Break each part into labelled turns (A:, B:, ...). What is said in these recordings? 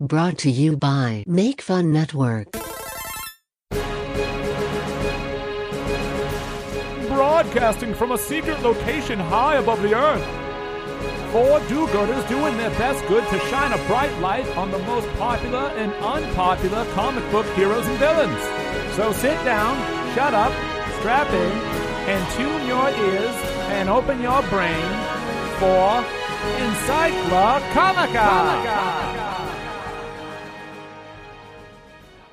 A: Brought to you by Make Fun Network.
B: broadcasting from a secret location high above the earth. Four do-gooders doing their best good to shine a bright light on the most popular and unpopular comic book heroes and villains. So sit down, shut up, strap in, and tune your ears and open your brain for Encycla Comica.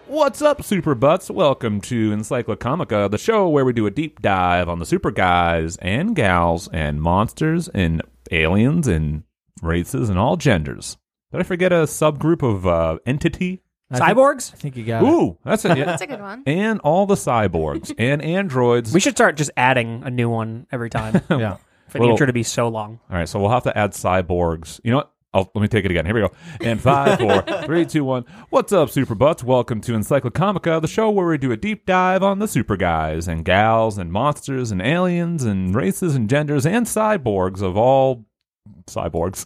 B: What's up, Super Butts? Welcome to Encyclocomica, the show where we do a deep dive on the super guys and gals and monsters and aliens and races and all genders. Did I forget a subgroup of uh, entity?
C: Cyborgs?
D: I think you got it.
B: Ooh, that's it.
E: That's a good one.
B: and all the cyborgs and androids.
C: We should start just adding a new one every time for
D: Yeah.
C: the
B: Well-
C: intro to be so long.
B: All right, so we'll have to add cyborgs. You know what? I'll, let me take it again. Here we go. And five, four, three, two, one. What's up, Super Butts? Welcome to Encyclocomica, the show where we do a deep dive on the super guys and gals and monsters and aliens and races and genders and cyborgs of all cyborgs.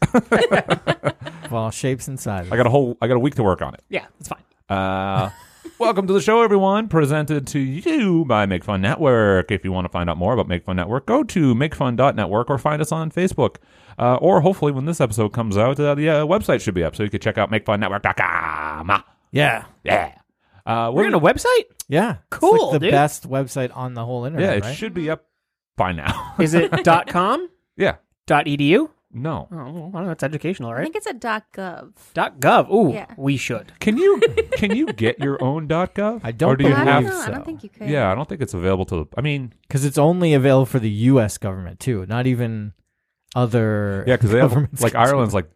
D: Of all shapes and sizes.
B: I got a whole, I got a week to work on it.
C: Yeah, that's fine.
B: Uh, welcome to the show, everyone. Presented to you by Make Fun Network. If you want to find out more about Make Fun Network, go to makefun.network or find us on Facebook. Uh, or hopefully, when this episode comes out, uh, the uh, website should be up, so you can check out makefunnetwork.com.
D: yeah.
B: Ah, Yeah. Uh,
C: We're in a website?
D: Yeah. It's
C: Cool,
D: like the
C: dude.
D: best website on the whole
B: Yeah,
D: internet.
B: it
D: right?
B: should be up by now.
C: Is it dot .com?
B: yeah.
C: Dot .edu?
B: No.
C: Oh, well, I don't know. That's educational,
E: I
C: right?
E: think it's a .gov.
C: Dot .gov. Ooh,
E: Yeah.
C: we should.
B: Can you can you get your own .gov?
D: I don't
B: Or do you
E: Well, I don't
B: have?
E: know. I
D: so.
E: don't think you could.
B: Yeah, I don't think it's available to. I mean,
D: Because it's only available for the U.S. government, too. Not even other.
B: yeah, because they have
D: governments
B: like
D: can-
B: Ireland's like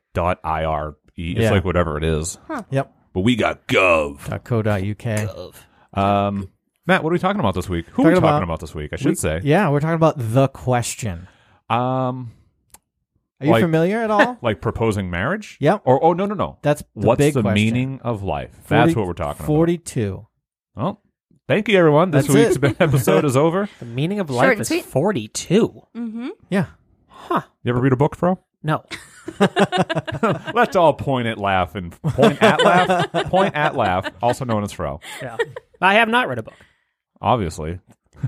B: .ire. E, It's
D: Yeah.
B: like whatever it is.
D: Yep.
B: but we got gov.
D: .co.uk.
B: Um, Matt, what are we talking about this week? Who are we
D: Talking
B: talking about,
D: about-
B: this week? I should say.
D: Yeah, we're talking about the question.
B: Um,
D: Are you
B: Like-
D: familiar at all?
B: like proposing marriage.
D: Yep.
B: Or oh no no no.
D: That's the
B: What's
D: big
B: the
D: question.
B: meaning of life? That's
D: 40
B: what we're talking
D: Forty-two.
B: about. Well, thank you everyone. This
D: That's
B: week's episode is over.
C: The meaning of
E: Short
C: life
E: and
C: is
E: sweet.
C: 42.
E: Mm-hmm.
D: Yeah.
B: You ever read a book, Fro?
C: No.
B: Let's all point at laugh and point at laugh. point at laugh, also known as Fro.
C: Yeah. I have not read a book.
B: Obviously,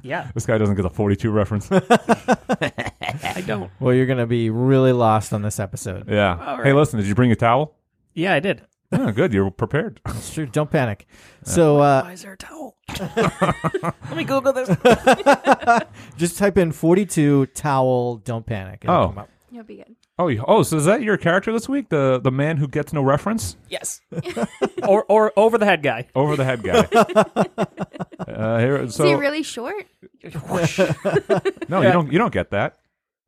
C: Yeah,
B: this guy doesn't get the forty-two reference.
C: I don't.
D: Well, you're gonna be really lost on this episode.
B: yeah.
C: All
B: Hey,
C: right.
B: listen. Did you bring a towel?
C: Yeah, I did.
B: Yeah, good. You're prepared.
D: It's true. Don't panic. So uh,
C: Why is there a towel? Let me Google this.
D: just type in forty-two towel. Don't panic. It'll
B: Oh.
D: come up.
E: You'll be good.
B: Oh, you- oh. So is that your character this week? The the man who gets no reference?
C: Yes. or, or over the head guy.
B: over the head guy. uh, here, so
E: Is he really short?
B: no, you don't. You don't get that.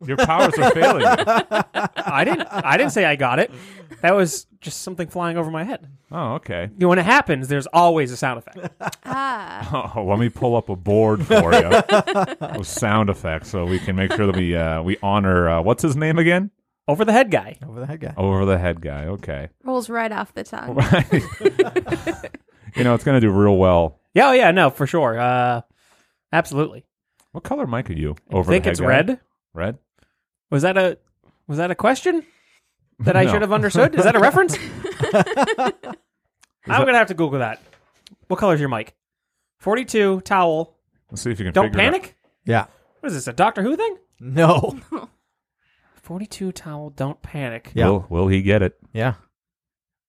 B: Your powers are failing. you.
C: I didn't. I didn't say I got it. That was just something flying over my head.
B: Oh, okay.
C: You know, When it happens, there's always a sound effect.
E: Ah.
B: Oh, let me pull up a board for you with sound effects, so we can make sure that we uh, we honor uh, what's his name again?
C: Over the head guy.
D: Over the head guy.
B: Over the head guy. Okay.
E: Rolls right off the tongue.
B: Right. you know it's gonna do real well.
C: Yeah, oh, yeah, no, for sure. Uh, absolutely.
B: What color mic are you? Over
C: I think
B: the head
C: it's
B: guy?
C: red.
B: Red.
C: Was that a was that a question that I
B: No.
C: should have understood? Is that a reference? I'm gonna have to Google that. What color is your mic? Forty-two towel.
B: Let's see if you can.
C: Don't
B: figure it out.
C: panic.
D: Yeah.
C: What is this? A Doctor Who thing?
D: No.
C: Forty-two towel. Don't panic.
D: Yeah.
B: Will Will he get it?
D: Yeah.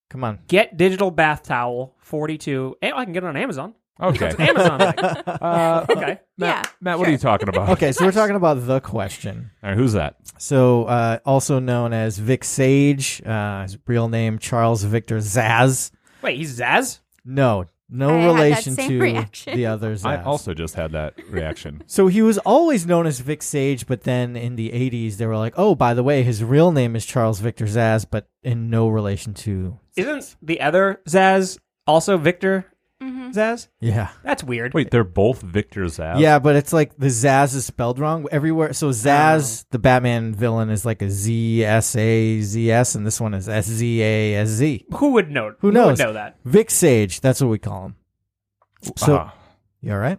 D: Come on.
C: Get digital bath towel. Forty-two. Eh, I can get it on Amazon.
B: Okay.
C: It's an Amazon. thing.
B: Uh,
C: Okay.
E: yeah.
B: Matt, what are you talking about?
D: Okay, so we're talking about the question.
B: All right, who's that?
D: So, uh, also known as Vic Sage, uh, his real name Charles Victor Zaz.
C: Wait, he's Zaz.
D: No, no
E: I had that
D: relation
E: same
D: to
E: reaction.
D: the other Zaz.
B: I also just had that reaction.
D: so he was always known as Vic Sage, but then in the '80s they were like, "Oh, by the way, his real name is Charles Victor Zaz, but in no relation to."
C: Isn't the other Zaz also Victor
E: Mm-hmm.
C: Zaz?
D: Yeah,
C: That's weird.
B: Wait, they're both Victor Zab.
D: yeah, but it's like the Zaz is spelled wrong everywhere. So Zaz, the Batman villain, is like a Z S A Z S, and this one is S Z A S Z.
C: Who would know?
D: Who knows?
C: Would know that.
D: Vic Sage, that's what we call him. So,
B: Ah,
D: you all right?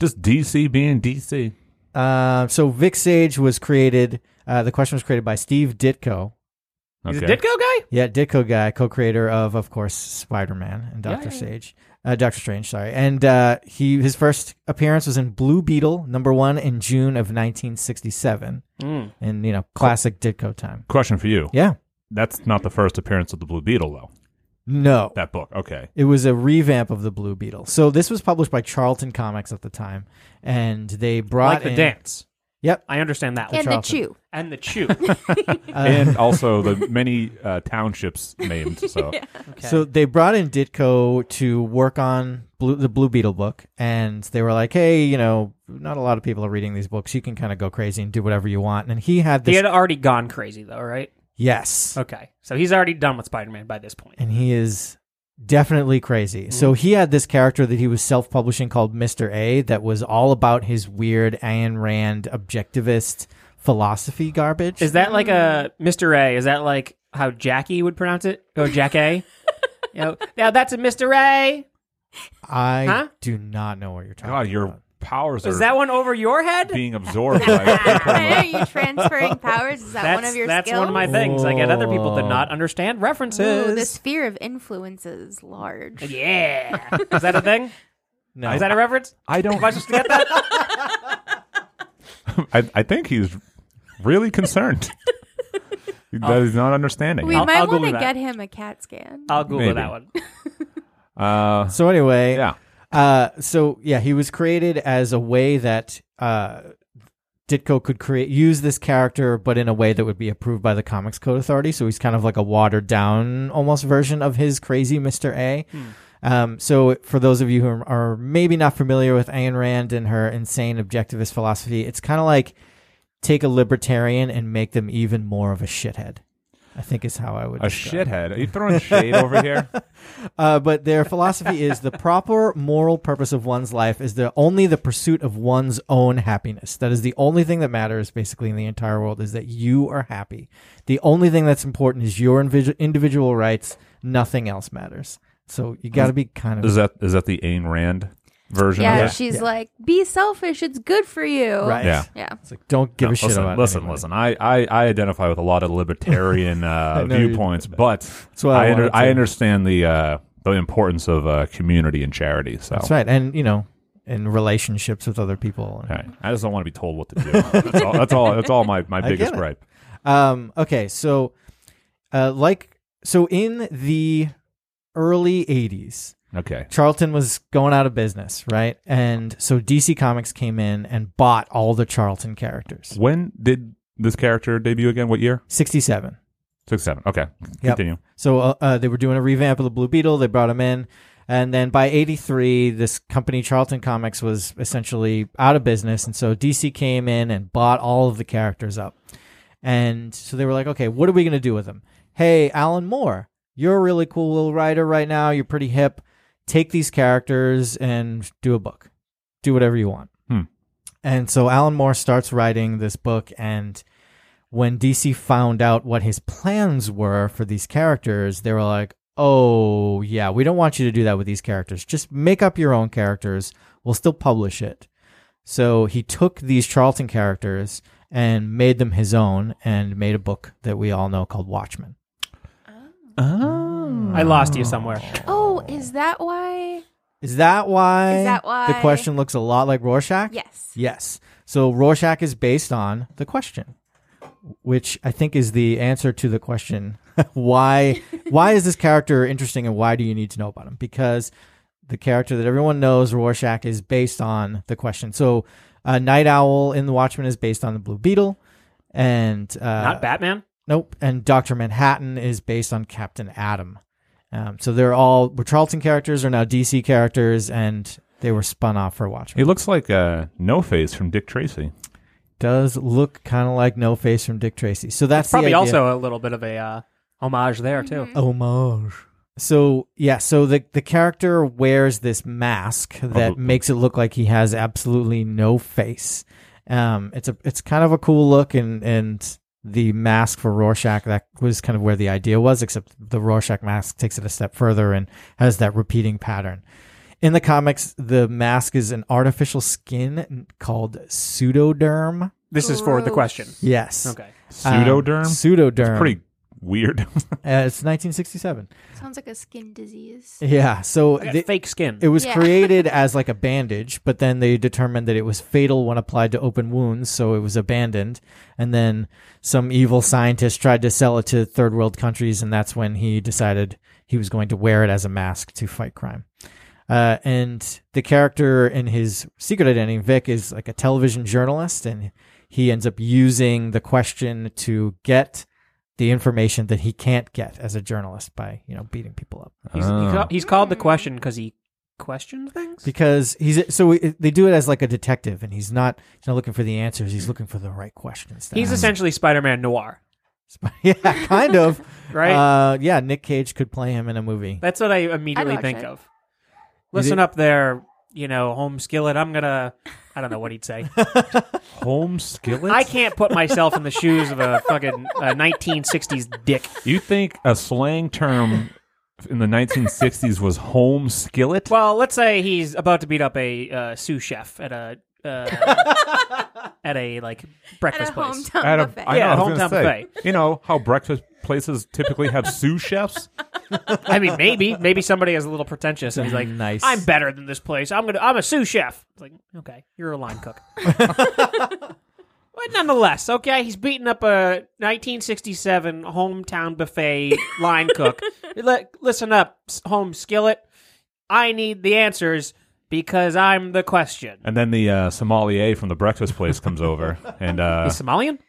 B: just DC being DC.
D: Uh, so Vic Sage was created. Uh, the question was created by Steve Ditko,
C: He's a
B: Okay.
C: Ditko guy?
D: Yeah, Ditko guy, co-creator of, of course, Spider-Man and
C: Yeah,
D: Doctor
C: yeah, yeah.
D: Strange. Uh, Doctor Strange, sorry. And uh, he his first appearance was in Blue Beetle number one in June of 1967,
C: Mm.
D: and you know, classic Ditko time.
B: Question for you.
D: Yeah,
B: That's not the first appearance of the Blue Beetle, though.
D: no,
B: That book. Okay.
D: it was a revamp of the Blue Beetle. So this was published by Charlton Comics at the time, and they brought
C: Like the
D: in-
C: dance.
D: Yep.
C: I understand that.
E: and the
D: Charlton.
E: chew.
C: And the chew.
D: uh,
B: and also the many uh, townships named. So
D: So they brought in Ditko to work on Blue, the Blue Beetle book, and they were like, "Hey, you know, not a lot of people are reading these books. You can kind of go crazy and do whatever you want." And he had
C: he
D: this,
C: had already gone crazy, though, right?
D: yes,
C: Okay. So he's already done with Spider Man by this point.
D: and he is definitely crazy.
C: Mm-hmm.
D: So he had this character that he was self-publishing called Mister A, that was all about his weird Ayn Rand objectivist philosophy garbage.
C: Is that like a Mr. A? Is that like how Jackie would pronounce it? Or Jack A? you know, now that's a Mr. A.
D: I
C: Huh?
D: do not know what you're talking.
B: God,
D: about.
B: your powers
C: Is
B: are
C: that one over your head?
B: being absorbed by.
E: Are you transferring powers? Is that
C: That's,
E: one of your
C: that's
E: skills?
C: one of my things. I get other people to not understand references.
E: Ooh, the sphere of influence is large.
C: Yeah. Is that a thing?
D: No.
C: Is that a reference?
B: I don't.
C: Am I supposed to get that?
B: I, I think he's really concerned that he's not understanding.
E: We
C: I'll-
E: might
C: I'll
E: want
C: Google
E: to
C: that.
E: get him a CAT scan.
C: I'll
B: Maybe.
C: Google that one.
B: Uh,
D: So anyway,
B: yeah.
D: Uh, so yeah, he was created as a way that uh, Ditko could create use this character, but in a way that would be approved by the Comics Code Authority. So he's kind of like a watered down almost version of his crazy Mister A.
B: Hmm.
D: Um, so for those of you who are- are maybe not familiar with Ayn Rand and her insane objectivist philosophy, it's kind of like take a libertarian and make them even more of a shithead. I think is how I would
B: A
D: describe it.
B: shithead. Are you throwing shade over here?
D: Uh, but their philosophy is the proper moral purpose of one's life is the only the pursuit of one's own happiness. That is the only thing that matters, basically, in the entire world, is that you are happy. The only thing that's important is your invi- individual rights. Nothing else matters. So you got to be kind
B: Is
D: of
B: that is that the Ayn Rand version
E: yeah,
B: of it?
E: she's
D: Yeah.
E: like, be selfish. It's good for you.
D: right.
B: Yeah.
E: Yeah.
D: It's like don't give
B: No,
D: a shit
B: listen,
D: about
B: listen,
D: anybody.
B: listen. I, I, I identify with a lot of libertarian uh,
D: know you-
B: viewpoints, but
D: what I
B: I, under,
D: wanted to-
B: I understand the uh, the importance of uh, community and charity. So
D: That's right, and you know, in relationships with other people.
B: All right. I just don't want to be told what to do. That's all. That's all, that's all my, my
D: I
B: biggest
D: get it.
B: gripe.
D: Um, okay, so uh, like so in the early '80s,
B: Okay.
D: Charlton was going out of business, right? And so DC Comics came in and bought all the Charlton characters.
B: When did this character debut again? What year?
D: 67.
B: Six seven. Okay.
D: Yep.
B: Continue.
D: So uh, uh, they were doing a revamp of the Blue Beetle. They brought him in. And then by 83, this company, Charlton Comics, was essentially out of business. And so DC came in and bought all of the characters up. And so they were like, okay, what are we going to do with them? Hey, Alan Moore, you're a really cool little writer right now. You're pretty hip. Take these characters and do a book. Do whatever you want.
B: Hmm.
D: And so Alan Moore starts writing this book and when DC found out what his plans were for these characters, they were like, "Oh, yeah, we don't want you to do that with these characters. Just make up your own characters. We'll still publish it." So he took these Charlton characters and made them his own and made a book that we all know called Watchmen.
C: I lost you somewhere.
D: Hmm.
E: Oh, is that why?
D: Is that why?
E: Is that why-
D: the question looks a lot like Rorschach?
E: Yes.
D: Yes. So Rorschach is based on the question, which I think is the answer to the question why why is this character interesting and why do you need to know about him? Because the character that everyone knows, Rorschach, is based on the question. So uh, Night Owl in The Watchmen is based on the Blue Beetle, and uh,
C: Not Batman?
D: Nope. And Dr. Manhattan is based on Captain Atom. Um, so they're all were Charlton characters are now DC characters, and they were spun off for Watchmen.
B: He looks like uh, No Face from Dick Tracy.
D: does look kind of like No Face from Dick Tracy. So that's
C: Probably
D: the idea.
C: also a little bit of a uh, homage there, too.
E: Mm-hmm.
D: homage. So yeah, so the the character wears this mask that
B: Oh.
D: makes it look like he has absolutely no face. Um, it's a it's kind of a cool look, and and the mask for Rorschach that was kind of where the idea was, except the Rorschach mask takes it a step further and has that repeating pattern. In the comics, the mask is an artificial skin called pseudoderm.
C: This is for the
E: Gross.
C: question.
D: Yes.
C: Okay.
D: Um,
B: Pseudoderm.
D: pseudoderm.
B: Pretty Weird.
D: Uh, it's 1967.
E: Sounds like a skin disease.
D: Yeah, so
C: I got
D: the-
C: fake skin.
D: it was
E: Yeah.
D: created as like a bandage, but then they determined that it was fatal when applied to open wounds, so it was abandoned. And then some evil scientist tried to sell it to third world countries, and that's when he decided he was going to wear it as a mask to fight crime. Uh, and the character in his secret identity, Vic, is like a television journalist, and he ends up using the question to get the information that he can't get as a journalist by you know beating people up.
C: he's, he
B: Oh.
C: ca- he's called the
E: Mm.
C: question because he questions things.
D: because he's so we, they do it as like a detective and he's not he's not looking for the answers he's looking for the right questions to
C: He's
D: ask.
C: essentially Spider-Man noir,
D: yeah kind of
C: right?
D: uh yeah nick cage could play him in a movie
C: That's what I immediately
E: watch
C: think
E: it.
C: of. Listen
D: it-
C: up there, you know, home skillet. I'm gonna. I don't know what he'd say.
B: Home skillet?
C: I can't put myself in the shoes of a fucking uh, 1960s dick.
B: You think a slang term in the 1960s was home skillet?
C: Well, let's say he's about to beat up a uh, sous chef at a uh, at a like
E: At a
C: breakfast place.
E: hometown
B: At a-
E: buffet.
B: I know,
C: Yeah,
B: I was gonna
C: hometown
B: say, You know how breakfast places typically have sous chefs?
C: I mean, maybe maybe somebody is a little pretentious and he's like,
D: Nice.
C: I'm better than this place. I'm gonna. I'm a sous chef. It's like, okay, you're a line cook. but nonetheless, okay, he's beating up a 1967 hometown buffet line cook. Li- listen up, s- home skillet. I need the answers because I'm the question.
B: And then the uh, sommelier from the breakfast place comes over, and uh,
C: He's Somalian.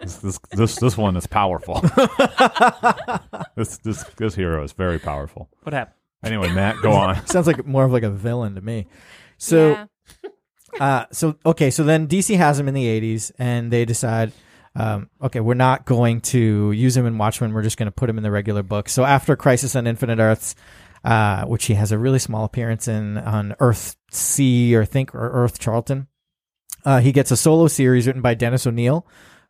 B: this, this this this one is powerful. this this this hero is very powerful.
C: What happened?
B: Anyway, Matt, go on.
D: sounds like more of like a villain to me so
E: yeah.
D: uh, so okay, so then DC has him in the '80s, and they decide, um, okay, we're not going to use him in Watchmen. We're just going to put him in the regular book. So after Crisis on Infinite Earths, uh, which he has a really small appearance in on Earth C or think or Earth Charlton, uh, he gets a solo series written by Dennis O'Neill.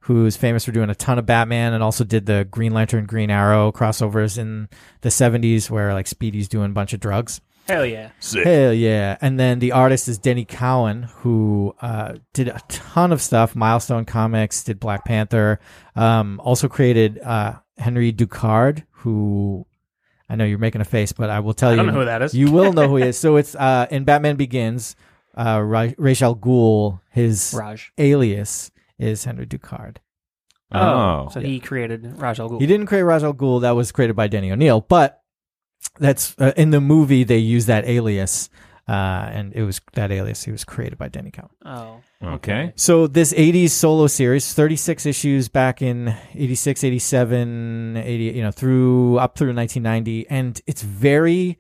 D: Who's famous for doing a ton of Batman and also did the Green Lantern, Green Arrow crossovers in the 70s, where like Speedy's doing a bunch of drugs.
C: Hell yeah!
B: Sick.
D: Hell yeah. And then the artist is Denny Cowan, who uh, did a ton of stuff Milestone Comics, did Black Panther, um, also created uh, Henry Ducard, who I know you're making a face, but I will tell
C: I
D: you.
C: don't know who that is.
D: You will know who he is. So it's uh, in Batman Begins, uh, Ra- Ra's al Ghul, his
C: Raj.
D: alias is Henry Ducard.
B: Oh,
C: so he created Raj Al Ghul.
D: He didn't create Ra's al Ghul. That was created by Denny O'Neill. But that's uh, in the movie they use that alias, uh, and it was that alias. He was created by Denny Cowan.
C: Oh,
B: okay.
D: So this 80s solo series, 36 issues back in 86, 87, 80, you know, through up through 1990 and it's very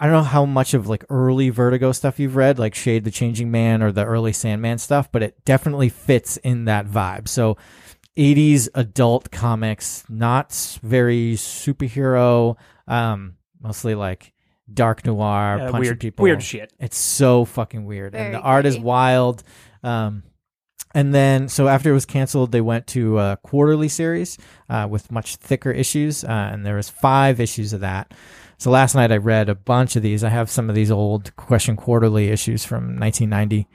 D: I don't know how much of like early Vertigo stuff you've read, like Shade the Changing Man or the early Sandman stuff, but it definitely fits in that vibe. So 80s adult comics, not s- very superhero, um mostly like dark noir,
C: Uh,
D: punching
C: weird
D: people.
C: Weird shit.
D: It's so fucking weird, and
E: Very
D: the art is
E: gritty.
D: wild. Um, and then, so after it was canceled, they went to a quarterly series uh, with much thicker issues, uh, and there was five issues of that. So last night I read a bunch of these. I have some of these old Question Quarterly issues from 1990,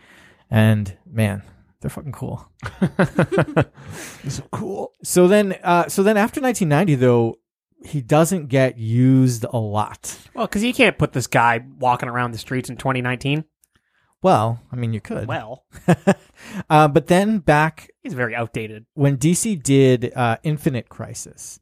D: and man, they're fucking cool.
B: This is cool.
D: So then, uh, so then after 1990, though, he doesn't get used a lot.
C: Well, because you can't put this guy walking around the streets in 2019.
D: Well, I mean, you could.
C: Well,
D: uh, but then back
C: he's very outdated.
D: when DC did uh, Infinite Crisis,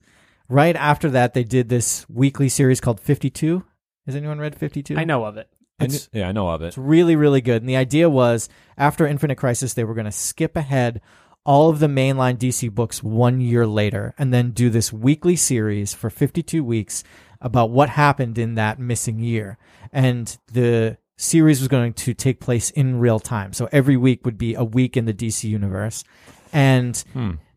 D: right after that they did this weekly series called Fifty Two. Has anyone read Fifty Two?
C: I know of it.
B: I
D: It's-
B: kn- yeah, I know of it.
D: It's really really good. And the idea was after Infinite Crisis they were going to skip ahead all of the mainline DC books one year later and then do this weekly series for fifty two weeks about what happened in that missing year and the series was going to take place in real time so every week would be a week in the dc universe and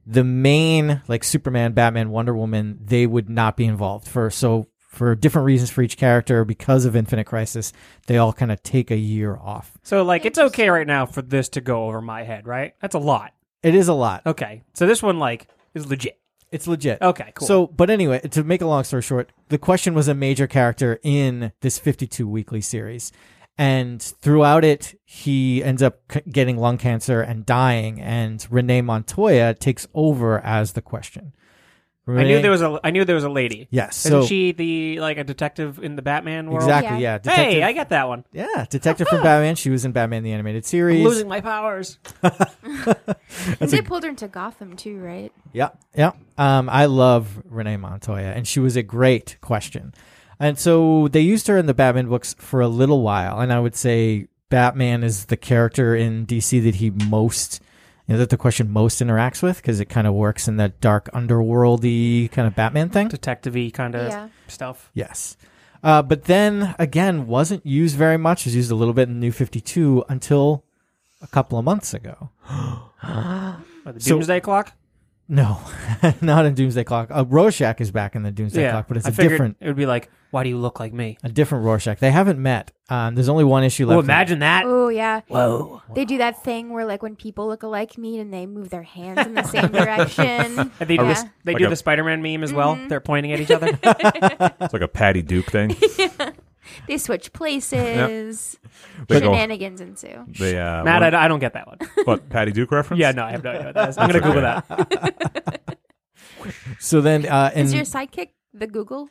D: the main like Superman, Batman, Wonder Woman, they would not be involved for so for different reasons for each character because of Infinite Crisis, they all kind of take a year off.
C: So, like, it's okay right now for this to go over my head, right? That's a lot.
D: It is a lot.
C: Okay. So this one, like, is legit.
D: It's legit.
C: Okay, cool.
D: So, but anyway, to make a long story short, the question was a major character in this 52 weekly series. And throughout it, he ends up c- getting lung cancer and dying. And Renee Montoya takes over as the question.
C: I knew
D: Renee-
C: there was a I knew there was a lady.
D: Yes.
C: Isn't
D: So
C: she the like a detective in the Batman world?
D: exactly. Yeah.
E: Yeah.
C: Hey,
D: detective-
C: I get that one.
D: yeah. Detective from Batman. She was in Batman the Animated Series.
C: I'm losing my powers.
E: And they pulled her into Gotham too, right?
D: Yeah, yeah. Um, I love Renee Montoya, and she was a great question. And so they used her in the Batman books for a little while, and I would say Batman is the character in DC that he most, you know, that the question most interacts with because it kind of works in that dark underworldy kind of Batman thing.
C: Detective-y kind of
E: Yeah.
C: stuff.
D: Yes. Uh, but then again, wasn't used very much. It was used a little bit in New 52 until a couple of months ago.
C: What, the
D: So-
C: Doomsday Clock?
D: No, not in Doomsday Clock. Uh, Rorschach is back in the Doomsday Clock, but it's
C: I
D: a
C: figured
D: different
C: It would be like, why do you look like me?
D: a different Rorschach. They haven't met. Um, there's only one issue left.
C: Well, imagine that.
E: Oh yeah.
C: Whoa.
E: They do that thing where like when people look alike meet and they move their hands in the same direction.
C: And they do,
E: Yeah.
C: this, they
B: Like
C: do
B: a-
C: the Spider-Man meme as well. They're pointing at each other.
B: It's like a Patty Duke thing.
E: They switch places.
B: They go-
E: Shenanigans ensue.
B: They, uh,
C: Matt,
B: what,
C: I, I don't get that one.
B: what, Patty Duke reference?
C: Yeah, no, I have no idea what that is. I'm going to Google
B: okay.
C: that.
D: So then, uh, in,
E: Is your sidekick the Google?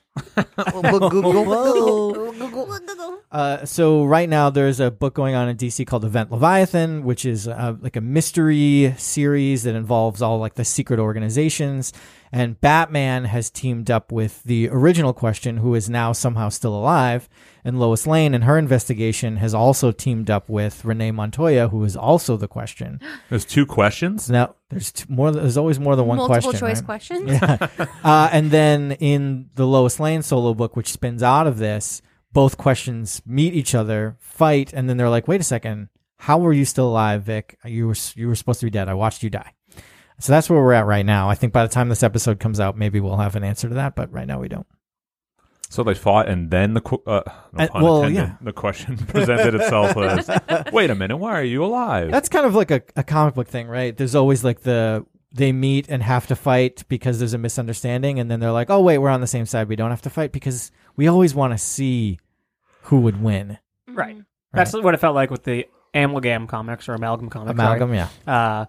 D: uh, so right now there's a book going on in DC called Event Leviathan, which is uh, like a mystery series that involves all like the secret organizations. And Batman has teamed up with the original Question, who is now somehow still alive, and Lois Lane in her investigation has also teamed up with Renee Montoya, who is also the Question.
B: There's two questions.
D: So now there's two, more. There's always more than one
E: Multiple
D: question.
E: choice
D: right?
E: questions.
D: Yeah. uh, and then in the Lois Lane solo book, which spins out of this, both questions meet each other, fight, and then they're like, "Wait a second, how were you still alive, Vic? You were you were supposed to be dead. I watched you die." So that's where we're at right now. I think by the time this episode comes out, maybe we'll have an answer to that, but right now we don't.
B: So they fought, and then the qu- uh, no
D: Uh,
B: pun
D: well,
B: intended,
D: yeah.
B: the question presented itself as, "Wait a minute, why are you alive?"
D: That's kind of like a, a comic book thing, right? There's always like the they meet and have to fight because there's a misunderstanding, and then they're like, "Oh wait, we're on the same side. We don't have to fight because we always want to see who would win."
C: Right. That's what it felt like with the Amalgam comics or Amalgam comics.
D: Amalgam, yeah,
C: sorry. Uh,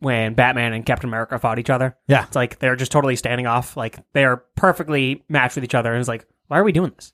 C: when Batman and Captain America fought each other.
D: yeah.
C: It's like they're just totally standing off. Like they're perfectly matched with each other. And it's like, why are we doing this?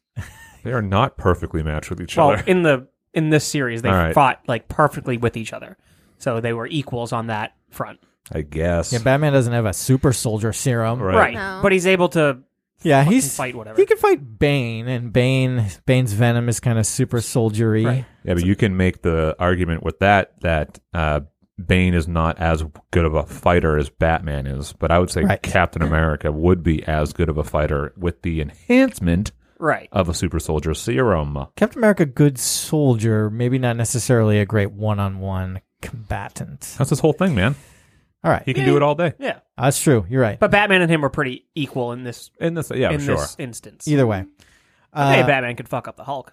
B: they are not perfectly matched with each
C: Well,
B: other.
C: in the in this series, they
B: All right.
C: fought like perfectly with each other, so they were equals on that front.
B: I guess.
D: Yeah, Batman doesn't have a super soldier serum.
B: Right.
C: Right,
E: No.
C: but he's able to
D: Yeah,
C: fucking
D: he's
C: fight whatever.
D: he can fight Bane, and Bane Bane's venom is kind of super soldiery.
C: Right.
B: Yeah, but you can make the argument with that that uh, Bane is not as good of a fighter as Batman is, but I would say
D: Right.
B: Captain America would be as good of a fighter with the enhancement
C: right.
B: of a super soldier serum.
D: Captain America, good soldier, maybe not necessarily a great one-on-one combatant.
B: That's his whole thing, man.
D: All right,
B: He can do it all day.
C: Yeah,
D: that's true. You're right.
C: but Batman and him were pretty equal in this
B: In this, yeah,
C: in
B: Oh, sure.
C: this instance.
D: Either way,
C: hey,
D: Uh,
C: Batman could fuck up the Hulk.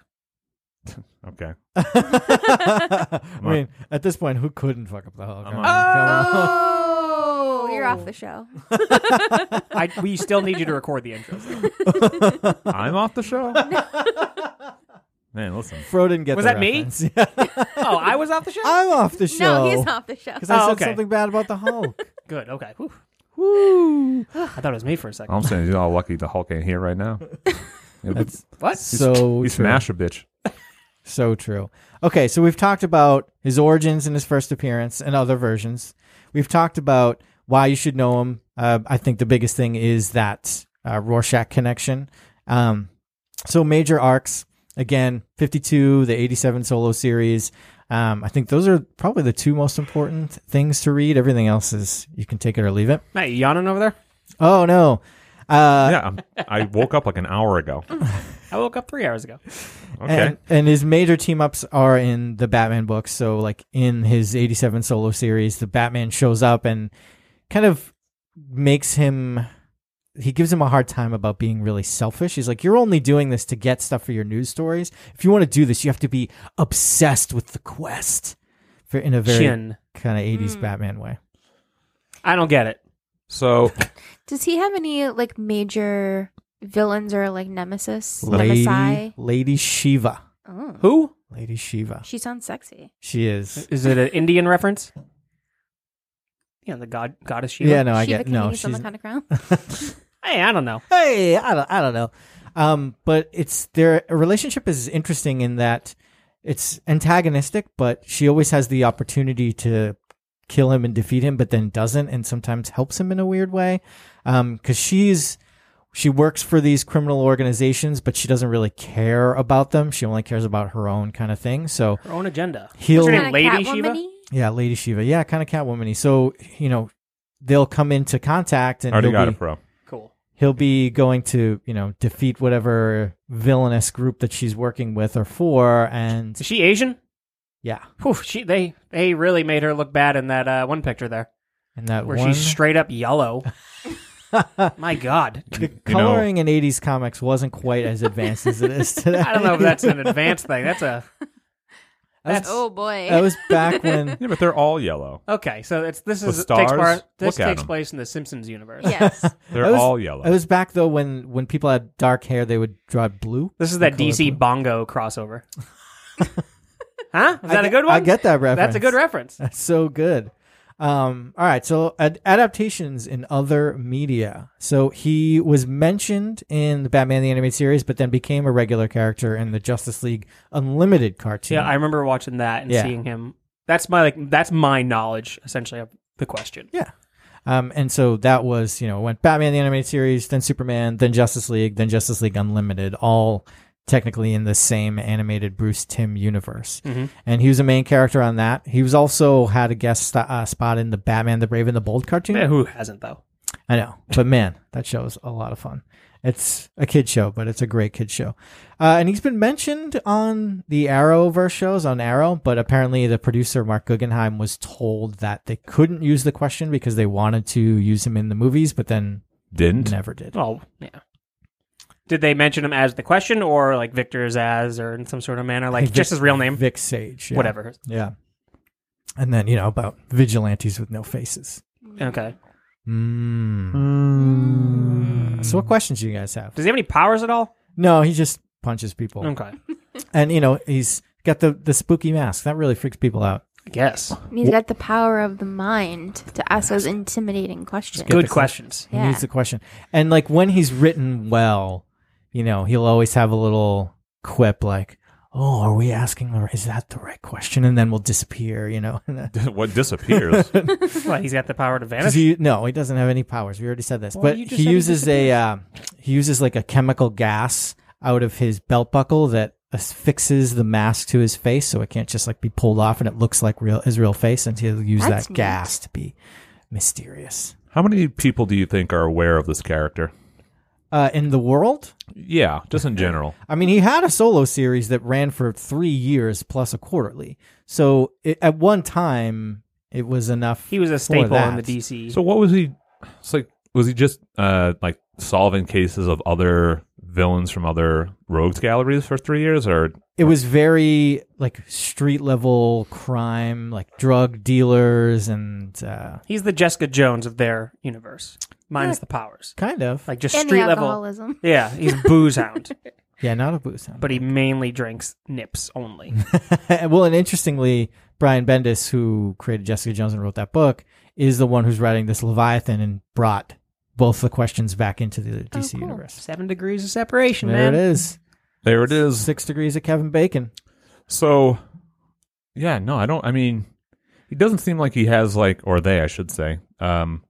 B: Okay.
D: I
B: on.
D: mean, at this point, who couldn't fuck up the Hulk?
B: Come
D: I
B: on.
D: mean,
E: Uh,
D: come on.
E: Oh, you're off the show.
C: I, we still need you to record the intro.
B: I'm off the show. man, listen.
D: Fro didn't get
C: Was
D: the
C: that me?
D: reference. Yeah.
C: Oh, I was off the show.
D: I'm off the show.
E: No, he's off the show.
D: Because I
C: Oh,
D: said
C: okay.
D: something bad about the Hulk.
C: Good. Okay. Whew. I thought it was me for a 2nd
B: I'm saying you're all lucky the Hulk ain't here right now.
D: That's
C: What?
D: so
B: he
D: true.
B: smashed a bitch.
D: So true. Okay, so we've talked about his origins and his first appearance and other versions. We've talked about why you should know him. Uh, I think the biggest thing is that uh, Rorschach connection. Um, so major arcs again, fifty-two, the eighty-seven solo series. Um, I think those are probably the two most important things to read. Everything else is you can take it or leave it.
C: Matt, you yawning over there?
D: Oh no. Uh,
B: yeah, I'm, I woke up like an hour ago.
C: I woke up three hours ago.
B: Okay.
D: And, and his major team ups are in the Batman books. So, like in his 87 solo series, the Batman shows up and kind of makes him, he gives him a hard time about being really selfish. He's like, You're only doing this to get stuff for your news stories. If you want to do this, you have to be obsessed with the quest for, in a very
C: Chin.
D: kind of 80s
E: Hmm.
D: Batman way.
C: I don't get it.
B: so
E: Does he have any like major villains or like nemesis?
D: Lady,
E: Nemesi?
D: Lady Shiva.
E: Oh.
C: Who?
D: Lady Shiva.
E: She sounds sexy.
D: She is.
C: Is it an Indian reference? Yeah, the god goddess Shiva.
D: Yeah, no, I
E: Shiva
D: get
E: can
D: no.
E: use on the
D: She's
E: kind of ground.
C: Hey, I don't know.
D: hey, I don't, I don't know. Um, but it's their relationship is interesting in that it's antagonistic, but she always has the opportunity to kill him and defeat him, but then doesn't, and sometimes helps him in a weird way. Um, because she's she works for these criminal organizations, but she doesn't really care about them. She only cares about her own kind of thing. So
C: Her own agenda.
D: he'll
C: What's her name?
E: Kinda
C: Lady
E: Catwoman-y.
C: Shiva?
D: yeah, Lady Shiva, yeah, kind of Catwoman-y. So you know they'll come into contact, and
B: Already
D: he'll
B: got
D: be,
B: it, bro.
C: Cool.
D: he'll be going to you know defeat whatever villainous group that she's working with or for and
C: Is she Asian?
D: yeah
C: Whew, she they they really made her look bad in that uh, one picture there,
D: and that
C: where
D: one
C: she's straight up yellow. My God,
D: the
B: you know-
D: coloring in 80s comics wasn't quite as advanced as it is today
C: I don't know if that's an advanced thing. That's a
D: That was-
E: Oh boy.
D: that was back when
B: Yeah, but they're all yellow.
C: okay. So it's this
B: With
C: is takes
B: stars?
C: part, This
B: Look at
C: takes
B: 'em.
C: place in the Simpsons universe.
E: yes.
B: They're
D: That was-
B: all yellow.
D: it was back though when when people had dark hair they would draw it blue
C: This is
D: The
C: that
D: color
C: DC
D: blue.
C: bongo crossover. huh? Is that
D: I
C: a
D: get-
C: good one?
D: i get that reference
C: That's a good reference.
D: That's so good. Um, all right, so ad- adaptations in other media. So he was mentioned in the Batman the Animated Series, but then became a regular character in the Justice League Unlimited cartoon.
C: Yeah, I remember watching that and
D: Yeah.
C: seeing him. That's my like. That's my knowledge essentially of the question.
D: um, and so that was you know went Batman the Animated Series, then Superman, then Justice League, then Justice League Unlimited, all technically in the same animated Bruce Tim universe.
C: Mhm.
D: And he was a main character on that. He was also had a guest st- uh, spot in the Batman the Brave and the Bold cartoon.
C: Yeah, Eh, who hasn't though?
D: I know, but man, that show is a lot of fun. It's a kid show, but it's a great kid show. Uh, and he's been mentioned on the Arrowverse shows on Arrow, but apparently the producer Mark Guggenheim was told that they couldn't use the question because they wanted to use him in the movies, but then
B: Didn't.
D: never did.
C: Well, yeah. Did they mention him as the question or like Victor's as or in some sort of manner? Like
D: think
C: just
D: Vic-
C: his real name?
D: Vic Sage, yeah.
C: Whatever.
D: yeah. And then you know about vigilantes with no faces.
C: Okay.
D: Mm. So, what questions do you guys have?
C: Does he have any powers at all?
D: No, he just punches people,
C: Okay.
D: and you know he's got the the spooky mask that really freaks people out.
C: I guess.
E: And He's got the power of the mind to ask those intimidating questions.
C: Good questions.
D: He
E: Yeah.
D: needs the question. And like when he's written well, you know, he'll always have a little quip like, "Oh, are we asking? the- Is that the right question?" And then we'll disappear. You know, uh,
B: what disappears?
C: Well, he's got the power to
D: 'Cause
C: vanish.
D: he, no, he doesn't have any powers. We already said this,
C: Well,
D: but
C: you just
D: he
C: said he
D: uses a uh, he uses like a chemical gas out of his belt buckle that affixes the mask to his face, so it can't just like be pulled off, and it looks like real his real face. And he'll use
E: That's
D: that
E: neat.
D: gas to be mysterious
B: How many people do you think are aware of this character?
D: uh, in the world.
B: Yeah, just in general.
D: I mean, he had a solo series that ran for three years plus a quarterly. So it, at one time, it was enough.
C: He was a
D: for
C: staple in the
D: that.
C: DC.
B: So what was he? It's like was he just uh like solving cases of other villains from other rogues galleries for three years, or
D: It was very like street level crime, like drug dealers, and uh,
C: he's the Jessica Jones of their universe, minus the powers.
D: kind of
C: Like just
E: And
C: street
E: the
C: level.
E: alcoholism.
C: Yeah, he's a booze hound,
D: yeah, not a booze hound.
C: but he mainly drinks nips only.
D: well, and interestingly, Brian Bendis, who created Jessica Jones and wrote that book, is the one who's writing this Leviathan and brought both the questions back into the DC
E: cool.
D: universe.
C: Seven degrees of separation,
D: There
C: Oh, man.
D: it is.
B: there it is.
D: Six degrees of Kevin Bacon.
B: So, yeah, no, I don't. I mean, he doesn't seem like he has like, or they, I should say. Um,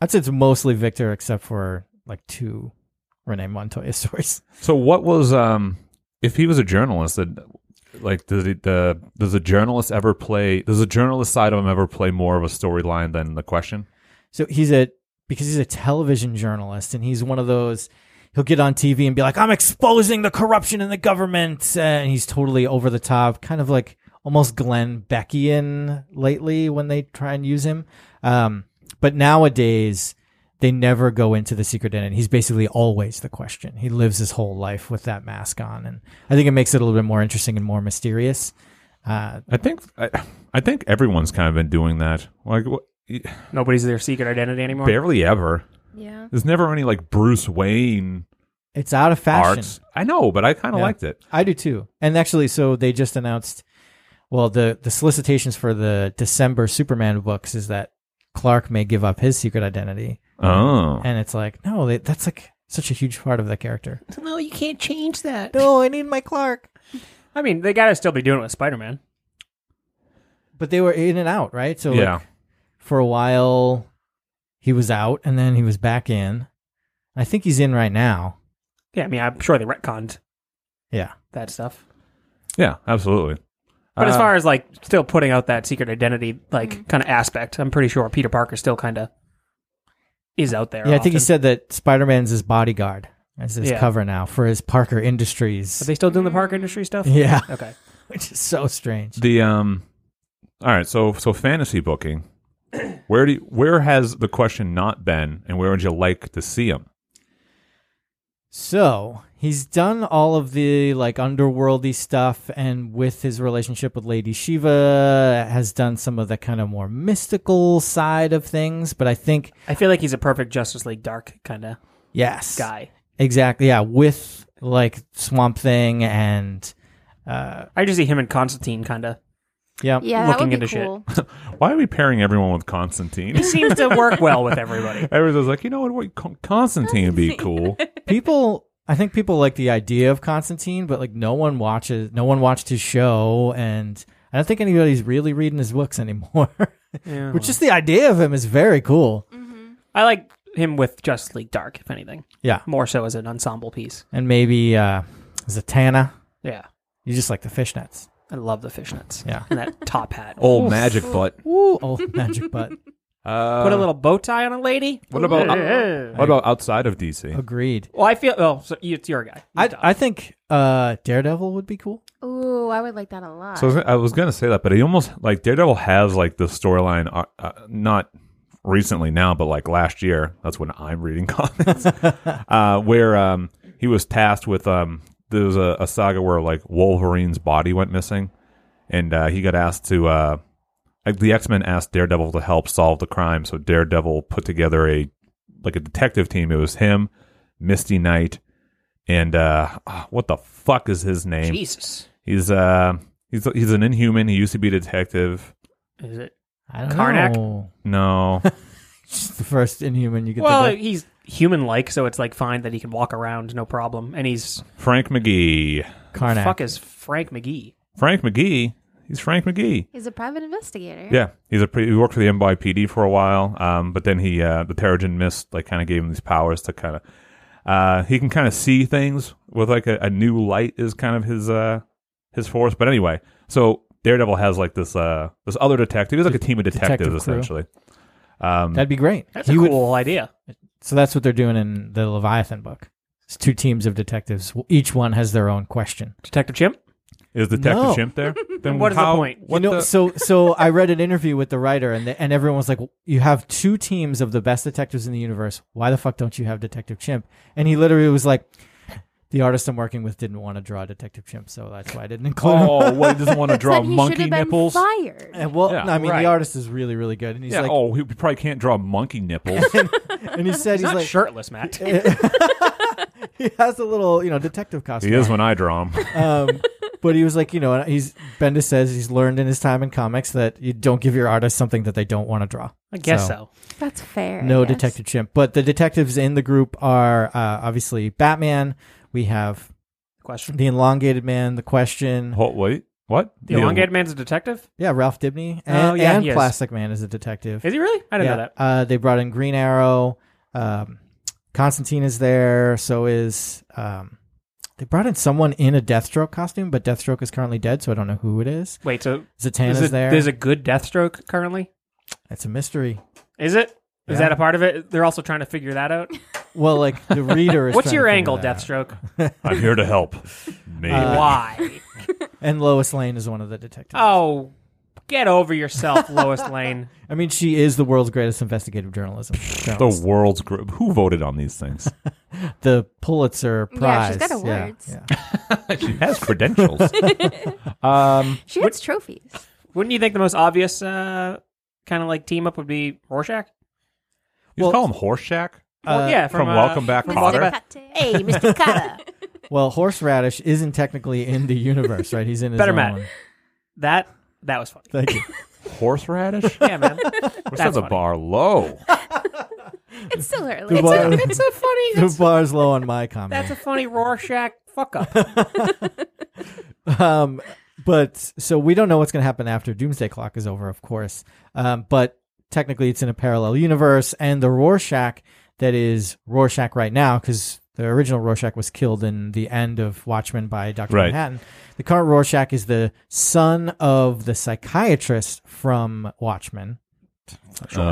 D: I'd say it's mostly Victor, except for like two Rene Montoya stories.
B: so what was um, if he was a journalist? That like, does he, the does a journalist ever play? Does the journalist side of him ever play more of a storyline than the question?
D: So he's a because he's a television journalist, and he's one of those. He'll get on TV and be like, "I'm exposing the corruption in the government," Uh, and he's totally over the top, kind of like almost Glenn Beckian lately when they try and use him. Um, but nowadays, they never go into the secret identity. He's basically always the question. He lives his whole life with that mask on, and I think it makes it a little bit more interesting and more mysterious. Uh,
B: I think I, I think everyone's kind of been doing that. Like, what,
C: Nobody's their secret identity anymore.
B: barely ever.
E: Yeah.
B: There's never any like Bruce Wayne
D: It's out of fashion.
B: arcs. I know, but I kind of
D: Yeah.
B: liked it.
D: I do too. And actually, so they just announced, well, the the solicitations for the December Superman books is that Clark may give up his secret identity,
B: Oh,
D: and it's like, no, they, that's like such a huge part of that character.
A: No, you can't change that.
D: no, I need my Clark.
C: I mean, they gotta still be doing it with Spider Man.
D: But they were in and out, right? So
B: Yeah.
D: like, for a while, he was out, and then he was back in. I think he's in right now.
C: Yeah, I mean, I'm sure they retconned
D: Yeah.
C: that stuff.
B: yeah, absolutely.
C: But as
B: Uh,
C: far as like still putting out that secret identity like kind of aspect, I'm pretty sure Peter Parker still kind of is out there.
D: Yeah, I think he
C: often.
D: said that Spider Man's his bodyguard as his
C: Yeah.
D: cover now for his Parker Industries.
C: Are they still doing the Parker industry stuff?
D: yeah,
C: Okay.
D: which is so strange.
B: the um, all right, so so fantasy booking. Where do you, where has the question not been, and where would you like to see him?
D: So he's done all of the like underworldy stuff, and with his relationship with Lady Shiva, has done some of the kind of more mystical side of things. But I think
C: I feel like he's a perfect Justice League Dark kind of
D: yes,
C: guy.
D: exactly, yeah, with like Swamp Thing and uh,
C: I just see him and Constantine kind of.
D: yeah,
E: Yeah, that
C: Looking
E: would be
C: into shit.
E: cool.
B: Why are we pairing everyone with Constantine?
C: He seems to work well with everybody.
B: Everyone's like, you know what? what Con- Constantine would be cool.
D: people. I think people like the idea of Constantine, but like no one watches, no one watched his show, and I don't think anybody's really reading his books anymore.
C: Yeah.
D: But just the idea of him is very cool.
C: I like him with Justice League Dark, if anything,
D: Yeah,
C: more so as an ensemble piece.
D: and maybe uh, Zatanna.
C: Yeah.
D: You just like the fishnets.
C: I love the fishnets.
D: Yeah. Oh,
C: And that top hat.
B: Old magic butt.
D: Ooh, old Oh, magic butt.
B: Uh,
C: Put a little bow tie on a lady.
B: What about
C: well,
B: what about outside of DC?
D: Agreed.
C: I feel. Oh, so you, it's your guy. You
D: I
C: talk.
D: I think uh, Daredevil would be cool.
E: Ooh, I would like that a lot.
B: So I was- I was gonna say that, but he almost like Daredevil has like the storyline, uh, uh, not recently now, but like last year. That's when I'm reading comics, uh, where um, he was tasked with um, there was a, a saga where like Wolverine's body went missing, and uh, he got asked to uh, like the X Men asked Daredevil to help solve the crime. So Daredevil put together a like a detective team. It was him, Misty Knight, and uh, ah, what the fuck is his name?
C: Jesus.
B: He's uh he's he's an inhuman. He used to be a detective.
C: Is it?
D: I don't
C: Karnak?
D: know.
B: No.
D: Just the first Inhuman you could
C: Well,
D: think
C: he's human-like, so it's like fine that he can walk around, no problem. And he's
B: Frank McGee.
D: of. Karnak.
C: fuck is Frank McGee?
B: Frank McGee. He's Frank McGee.
E: He's a private investigator.
B: Yeah, he's a pre- he worked for the NYPD for a while, um, but then he uh, the Terrigen Mist like kind of gave him these powers to kind of uh, he can kind of see things with like a, a new light is kind of his uh, his force. But anyway, so Daredevil has like this uh, this other detective. He's like a team of detectives
D: Detective crew.
B: essentially. Um,
D: That'd be great.
C: That's
D: He
C: a
D: would-
C: cool idea.
D: so that's what they're doing in the Leviathan book. It's two teams of detectives. Each one has their own question.
C: Detective Chimp.
B: is Detective
D: No.
B: Chimp there? Then
C: What is the
B: how-
C: point?
B: What
D: you know,
B: the-
D: so so I read an interview with the writer, and the, and everyone was like, "You have two teams of the best detectives in the universe. Why the fuck don't you have Detective Chimp?" And he literally was like, "The artist I'm working with didn't want to draw Detective Chimp, so that's why I didn't include him."
B: Oh, what he doesn't want to draw
E: Then he should
B: monkey
E: have been
B: nipples.
E: fired.
D: And well,
B: Yeah,
D: no, I mean,
C: right.
D: the artist is really really good, and he's
B: yeah.
D: like,
B: oh, he probably can't draw monkey nipples.
D: and he said
C: He's,
D: he's
C: not
D: like,
C: shirtless, Matt.
D: he has a little you know detective costume.
B: he is when I draw him.
D: um, but he was like, you know, and he's Bendis says he's learned in his time in comics that you don't give your artist something that they don't want to draw.
C: I guess
D: So-
C: so.
E: That's fair. I
D: no
E: guess.
D: detective chimp but the detectives in the group are uh, obviously batman we have
C: Question.
D: the elongated man the question
B: Hold, wait, what?
C: The elongated man's a detective.
D: yeah ralph dibney and,
C: Oh, yeah,
D: and
C: he is.
D: plastic man is a detective
C: Is he really? I didn't
D: yeah.
C: know that.
D: uh, they brought in green arrow um, constantine is there so is um, they brought in someone in a deathstroke costume but deathstroke is currently dead so i don't know who it is
C: Wait, so
D: zatanna's
C: is it,
D: there
C: there's a good Deathstroke currently?
D: it's a mystery
C: Is it? Is
D: Yeah.
C: that a part of it? They're also trying to figure that out.
D: well like the reader is
C: What's
D: trying to
C: your
D: figure
C: angle,
D: that out.
C: Deathstroke?
B: I'm here to help. Maybe.
C: Why?
D: and lois lane is one of the detectives
C: Oh, get over yourself, Lois Lane.
D: I mean, she is the world's greatest investigative journalism.
B: the
D: journalist.
B: world's group. Who voted on these things?
D: The, Pulitzer
E: Yeah,
D: Prize.
E: she's got awards.
D: Yeah,
B: she has credentials. um,
E: She gets trophies.
C: Wouldn't you think the most obvious uh, kind of like team up would be Rorschach?
B: you
D: Well-
B: call him Horseshack?
D: uh,
C: yeah, from,
B: From
C: uh,
B: Welcome Back,
C: from
B: Cotter.
C: Welcome Back-
E: Cutter. Hey, Mr. Cutter.
D: Well, horseradish isn't technically in the universe, right? He's in his
C: Better
D: own
C: Matt.
D: one.
C: That that was funny.
D: Thank you.
B: Horseradish?
C: Yeah, man.
B: What's
C: That's
B: the
C: funny.
B: bar low?
E: it's still early.
D: The bar,
C: It's a funny.
D: the
C: That's,
D: bar's low on my comment.
C: that's a funny Rorschach fuck up.
D: um, but so we don't know what's going to happen after Doomsday Clock is over, of course. Um, but technically, it's in a parallel universe, and the Rorschach that is Rorschach right now, because the original Rorschach was killed in the end of Watchmen by Doctor
B: Right.
D: Manhattan. The current Rorschach is the son of the psychiatrist from Watchmen, and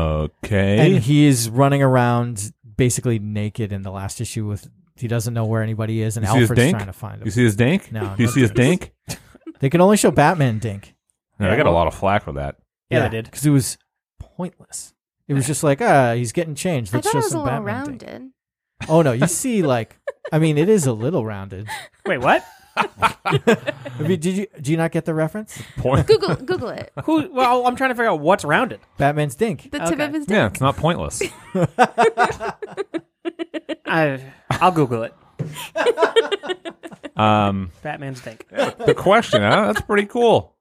B: Okay.
D: he is running around basically naked in the last issue with. He doesn't know where anybody is, and
B: You see his
D: Alfred's
B: dink?
D: trying to find him.
B: You see his dink?
D: No,
B: Do you
D: no
B: see his
D: drinks.
B: dink?
D: they can only show Batman dink.
B: Yeah, I got a lot of flack for that.
C: Yeah, they did.
D: because it was pointless. It was just like, ah, he's getting changed.
E: I
D: Let's show
E: thought it was a
D: some
E: little
D: Batman.
E: rounded.
D: dick. Oh no, you see, like, I mean, it is a little rounded.
C: Wait, what?
D: I mean, did you do you not get the reference?
B: Point.
E: Google Google it.
C: Who? Well, I'm trying to figure out what's rounded.
D: Batman's dink.
E: The tip
C: Okay.
E: of his dick.
B: Yeah, it's not pointless.
C: I, I'll Google it.
B: Um,
C: Batman's dink.
B: the question, huh? That's pretty cool.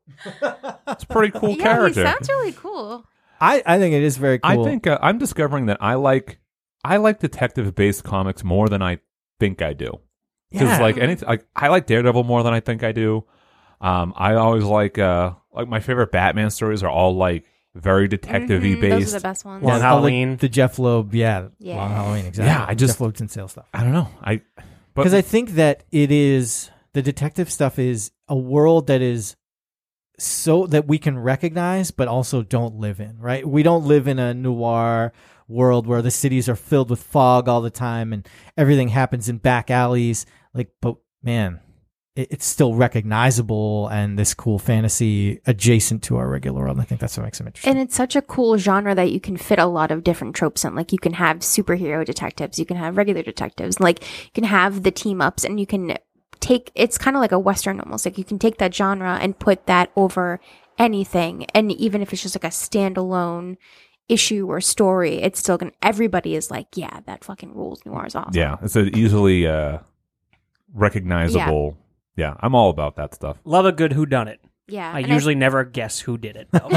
B: It's a pretty cool
E: Yeah,
B: character.
E: he sounds really cool.
D: I I think it is very
B: I
D: cool.
B: think uh, I'm discovering that I like I like detective based comics more than I think I do. Because
D: Yeah.
B: like any like I like Daredevil more than I think I do. Um, I always like uh like my favorite Batman stories are all like very detective y
E: Mhm, Those
B: based.
E: are the best ones.
D: Yeah,
F: Long
D: it's all oh, like
F: Halloween.
D: the Jeff Loeb, yeah,
E: Yeah.
D: Long Halloween, exactly.
B: Yeah, I just-
D: Jeff Loeb's in sale stuff.
B: I don't know. I but
D: because I think that it is the detective stuff is a world that is so that we can recognize, but also don't live in. Right? We don't live in a noir world where the cities are filled with fog all the time and everything happens in back alleys. Like, but man, it, it's still recognizable and this cool fantasy adjacent to our regular world. And I think that's what makes them interesting.
E: And it's such a cool genre that you can fit a lot of different tropes in. Like you can have superhero detectives, you can have regular detectives, like you can have the team ups and you can take it's kind of like a western almost. Like you can take that genre and put that over anything. And even if it's just like a standalone issue or story, it's still going to everybody is like, yeah, that fucking rules noir is awesome.
B: yeah, it's an easily uh recognizable yeah. I'm all about that stuff.
C: Love a good who done it.
E: Yeah.
C: Uh, I
E: and
C: usually never guess who did it. Though.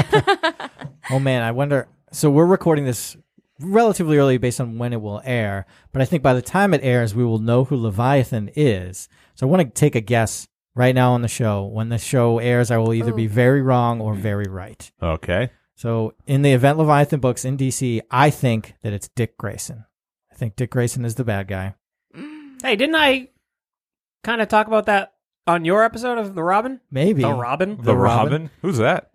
D: Oh man, I wonder. So we're recording this relatively early based on when it will air, but I think by the time it airs, we will know who Leviathan is. So I want to take a guess right now on the show. When the show airs, I will either be
E: Ooh.
D: very wrong or very right.
B: Okay.
D: So in the event Leviathan books in DC, I think that it's Dick Grayson. I think Dick Grayson is the bad guy.
C: hey, didn't I kind of talk about that on your episode of the Robin?
D: Maybe.
C: The Robin?
B: The,
D: The
B: Robin?
D: Robin?
B: Who's that?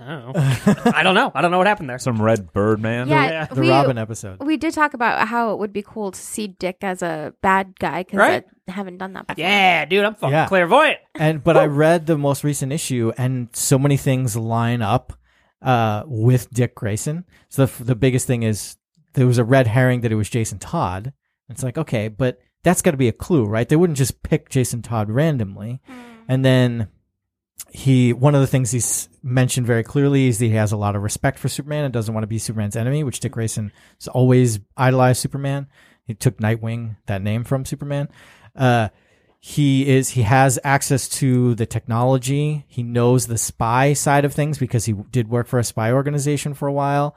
C: I don't know. I don't know. I don't know what happened there.
B: Some red bird man?
E: Yeah,
D: the
E: we-
D: Robin episode.
E: we did talk about how it would be cool to see Dick as a bad guy because
C: Right.
E: I haven't done that before.
C: Yeah, dude, I'm fucking
D: Yeah.
C: clairvoyant.
D: and but I read the most recent issue, and so many things line up uh, with Dick Grayson. So the f- the biggest thing is there was a red herring that it was Jason Todd. It's like okay, but that's got to be a clue, right? They wouldn't just pick Jason Todd randomly. And then he one of the things he's mentioned very clearly is that he has a lot of respect for Superman and doesn't want to be Superman's enemy, which Dick Grayson has always idolized Superman. He took Nightwing that name from Superman. Uh, he is he has access to the technology. He knows the spy side of things because he did work for a spy organization for a while.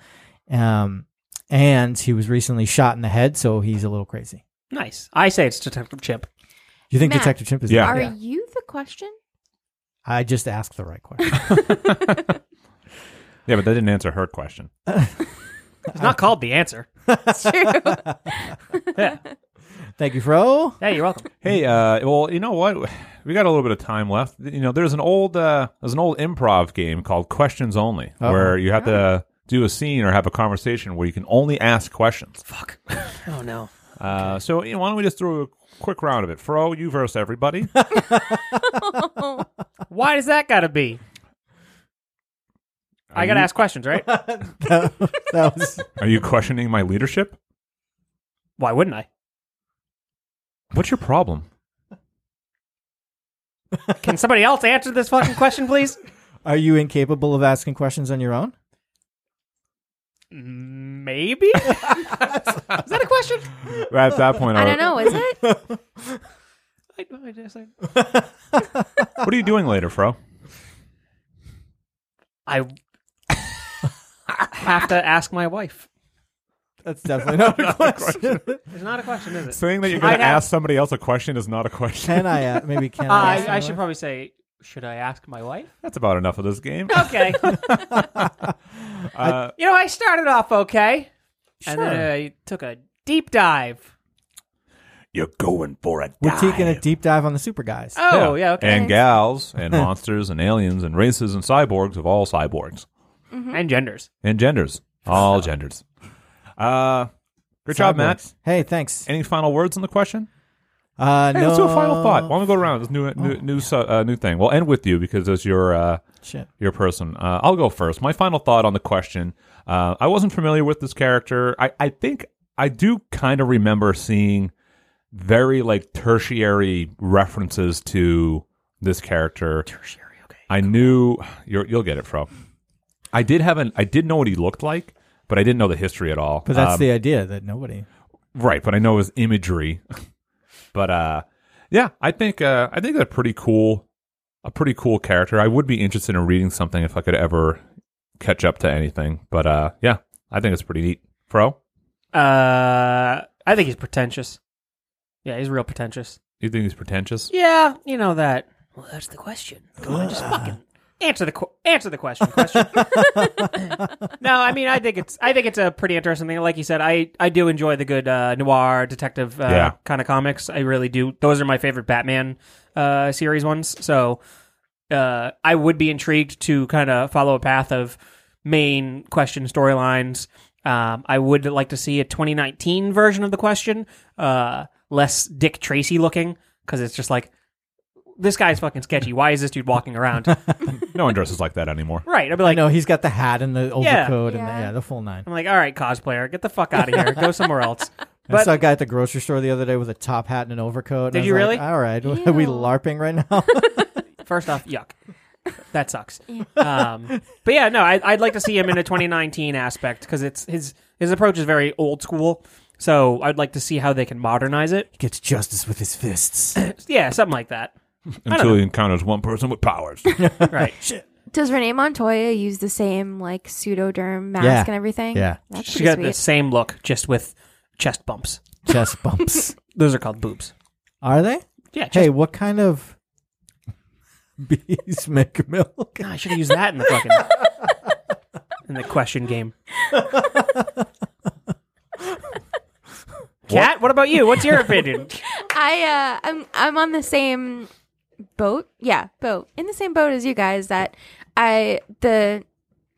D: Um, and he was recently shot in the head, so he's a little crazy.
C: Nice. I say it's Detective Chimp.
D: You think
E: Matt,
D: Detective Chimp is
B: Yeah.
E: Are
D: yeah.
E: you the question?
D: I just asked the right question.
B: Yeah, but that didn't answer her question.
C: It's not called the answer.
E: It's true.
C: Yeah.
D: Thank you, Fro.
C: Hey, you're welcome.
B: Hey, uh, well, you know what? We got a little bit of time left. You know, there's an old uh, there's an old improv game called Questions Only,
D: Uh-oh.
B: where you have to do a scene or have a conversation where you can only ask questions.
C: Fuck. Oh no.
B: Uh, so you know, why don't we just do a quick round of it? Fro, you versus everybody.
C: Why does that gotta be? I gotta
B: you-
C: ask questions, right?
D: that, that was
B: Are you questioning my leadership?
C: Why wouldn't I?
B: What's your problem?
C: Can somebody else answer this fucking question, please?
D: Are you incapable of asking questions on your own?
C: Maybe? Is that a question?
B: Right at that point,
E: I don't know. Is it?
C: I, I just, I,
B: What are you doing later, Fro?
C: I have to ask my wife.
D: That's definitely not a question.
C: It's not a question, is it?
B: Saying that you're going
C: I'd
B: to
C: have-
B: ask somebody else a question is not a question.
D: can I? Uh, maybe can
C: Uh,
D: I?
C: I, I should probably say, should I ask my wife?
B: That's about enough of this game.
C: Okay.
B: Uh,
C: you know, I started off okay. And
D: Sure.
C: then I took a deep dive.
B: you're going for a
D: We're taking a
B: dive.
D: deep dive on the super guys.
C: Oh, yeah, okay.
B: And gals, and monsters, and aliens, and races, and cyborgs of all cyborgs.
C: and genders.
B: And genders. All genders. Uh, good job,
D: Cyborgs.
B: Matt.
D: Hey, thanks.
B: Any final words on the question?
D: Uh,
B: Hey,
D: no.
B: let's do a final thought. Why don't we go around? This new
C: Oh.
B: new new, su- uh, new thing. We'll end with you because it's your uh,
D: Shit.
B: your person. Uh, I'll go first. My final thought on the question. Uh, I wasn't familiar with this character. I, I think I do kind of remember seeing very like tertiary references to this character. Tertiary, okay. I knew you're, you'll get it, Fro. I did have an I did know what he looked like, but I didn't know the history at all. Um,
D: But that's
C: Um,
D: the idea that nobody.
B: Right, but I know his imagery. but uh yeah, I think uh I think that's pretty cool a pretty cool character. I would be interested in reading something if I could ever catch up to anything. But uh yeah, I think it's pretty neat. Pro?
C: Uh, I think he's pretentious. Yeah, he's real pretentious.
B: You think he's pretentious?
C: Yeah, you know that. Well, that's the question. Come on, just fucking answer the qu- answer the question. Question. no, I mean, I think it's I think it's a pretty interesting thing. Like you said, I I do enjoy the good uh, noir detective uh,
B: Yeah.
C: kind of comics. I really do. Those are my favorite Batman uh, series ones. So uh, I would be intrigued to kind of follow a path of main question storylines. Um, I would like to see a 2019 version of the question, uh, less Dick Tracy looking, because it's just like this guy's fucking sketchy. Why is this dude walking around?
B: No one dresses like that anymore.
C: right? I'd be like,
D: No, he's got the hat and the
C: Yeah.
D: overcoat and
E: Yeah.
D: the, yeah, the full nine.
C: I'm like, all right, cosplayer, get the fuck out of here. Go somewhere else.
D: I
C: But-
D: saw a guy at the grocery store the other day with a top hat and an overcoat. and
C: Did
D: I was
C: you
D: like,
C: really?
D: All right, are we
E: Ew.
D: larping right now?
C: First off, yuck. That sucks. Um, but yeah, no, I, I'd like to see him in a 2019 aspect because it's his his approach is very old school. So I'd like to see how they can modernize it.
D: Gets justice with his fists.
C: Yeah, something like that.
B: Until he encounters one person with powers.
C: Right.
E: Does Renee Montoya use the same like pseudoderm mask
D: Yeah.
E: and everything?
D: Yeah.
E: that's
C: she
E: pretty
C: got
E: sweet.
C: the same look, just with chest bumps.
D: Chest bumps.
C: Those are called boobs.
D: Are they?
C: Yeah. Chest-
D: Hey, what kind of bees make milk?
C: God, I should have used that in the fucking in the question game. Kat, what about you? What's your opinion?
E: I uh, I'm I'm on the same boat. Yeah, boat in the same boat as you guys. That I the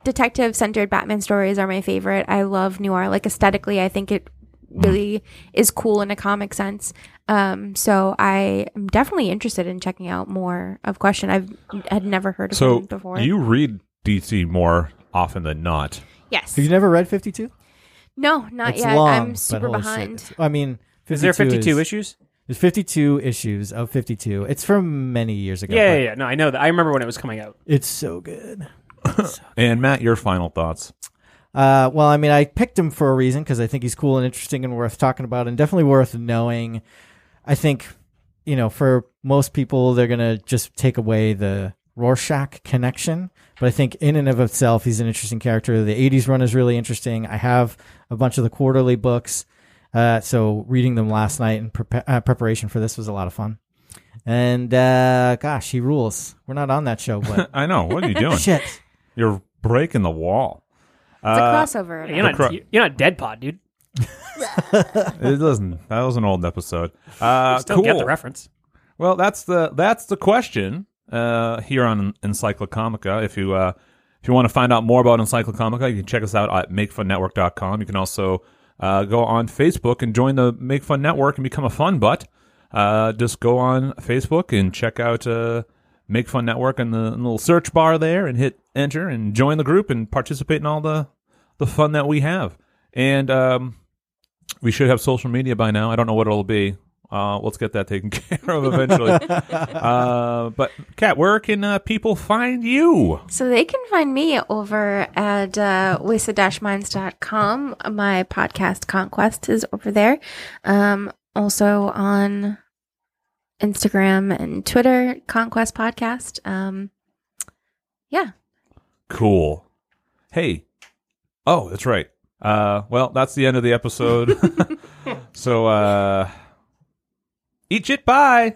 E: detective centered Batman stories are my favorite. I love noir. Like aesthetically, I think it really is cool in a comic sense. Um, so I am definitely interested in checking out more of Question. I've had never heard of
B: so
E: him before.
B: you read DC more often than not.
E: yes.
D: Have you never read 52?
E: no, not
D: It's
E: yet.
D: long.
E: I'm
D: but
E: super
D: holy shit,
E: behind.
D: it's- I mean, 52
C: Is there 52
D: is-
C: issues?
D: There's 52 issues of 52. It's from many years ago. but
C: Yeah, yeah, yeah. No, I know that. I remember when it was coming out.
D: It's so good.
B: And Matt, your final thoughts.
D: Uh, well, I mean, I picked him for a reason because I think he's cool and interesting and worth talking about and definitely worth knowing. I think, you know, for most people, they're going to just take away the Rorschach connection. But I think in and of itself, he's an interesting character. The 80s run is really interesting. I have a bunch of the quarterly books. Uh, so reading them last night in prepa- uh, preparation for this was a lot of fun. And uh, gosh, he rules. We're not on that show, but
B: I know. What are you doing?
D: shit.
B: You're breaking the wall.
E: It's a
B: Uh,
E: crossover.
C: You're not,
B: cro-
C: you're not dead pod, dude.
B: it doesn't. That was an old episode. Uh,
C: Still
B: cool.
C: get the reference.
B: Well, that's the that's the question uh, here on Encyclocomica. If you uh, if you want to find out more about Encyclocomica, you can check us out at makefunnetwork.com. You can also uh, go on Facebook and join the Make Fun Network and become a fun butt. Uh, just go on Facebook and check out uh, Make Fun Network in the, in the little search bar there and hit enter and join the group and participate in all the the fun that we have. And um, we should have social media by now. I don't know what it'll be. Uh, let's get that taken care of eventually. uh, but Kat, where can uh, people find you?
E: So they can find me over at uh, wasted-minds.com. My podcast Conquest is over there. Um, also on Instagram and Twitter, Conquest Podcast. Um, yeah.
B: Cool. Hey. Oh, that's right. Uh, well, that's the end of the episode. so uh, eat shit. Bye.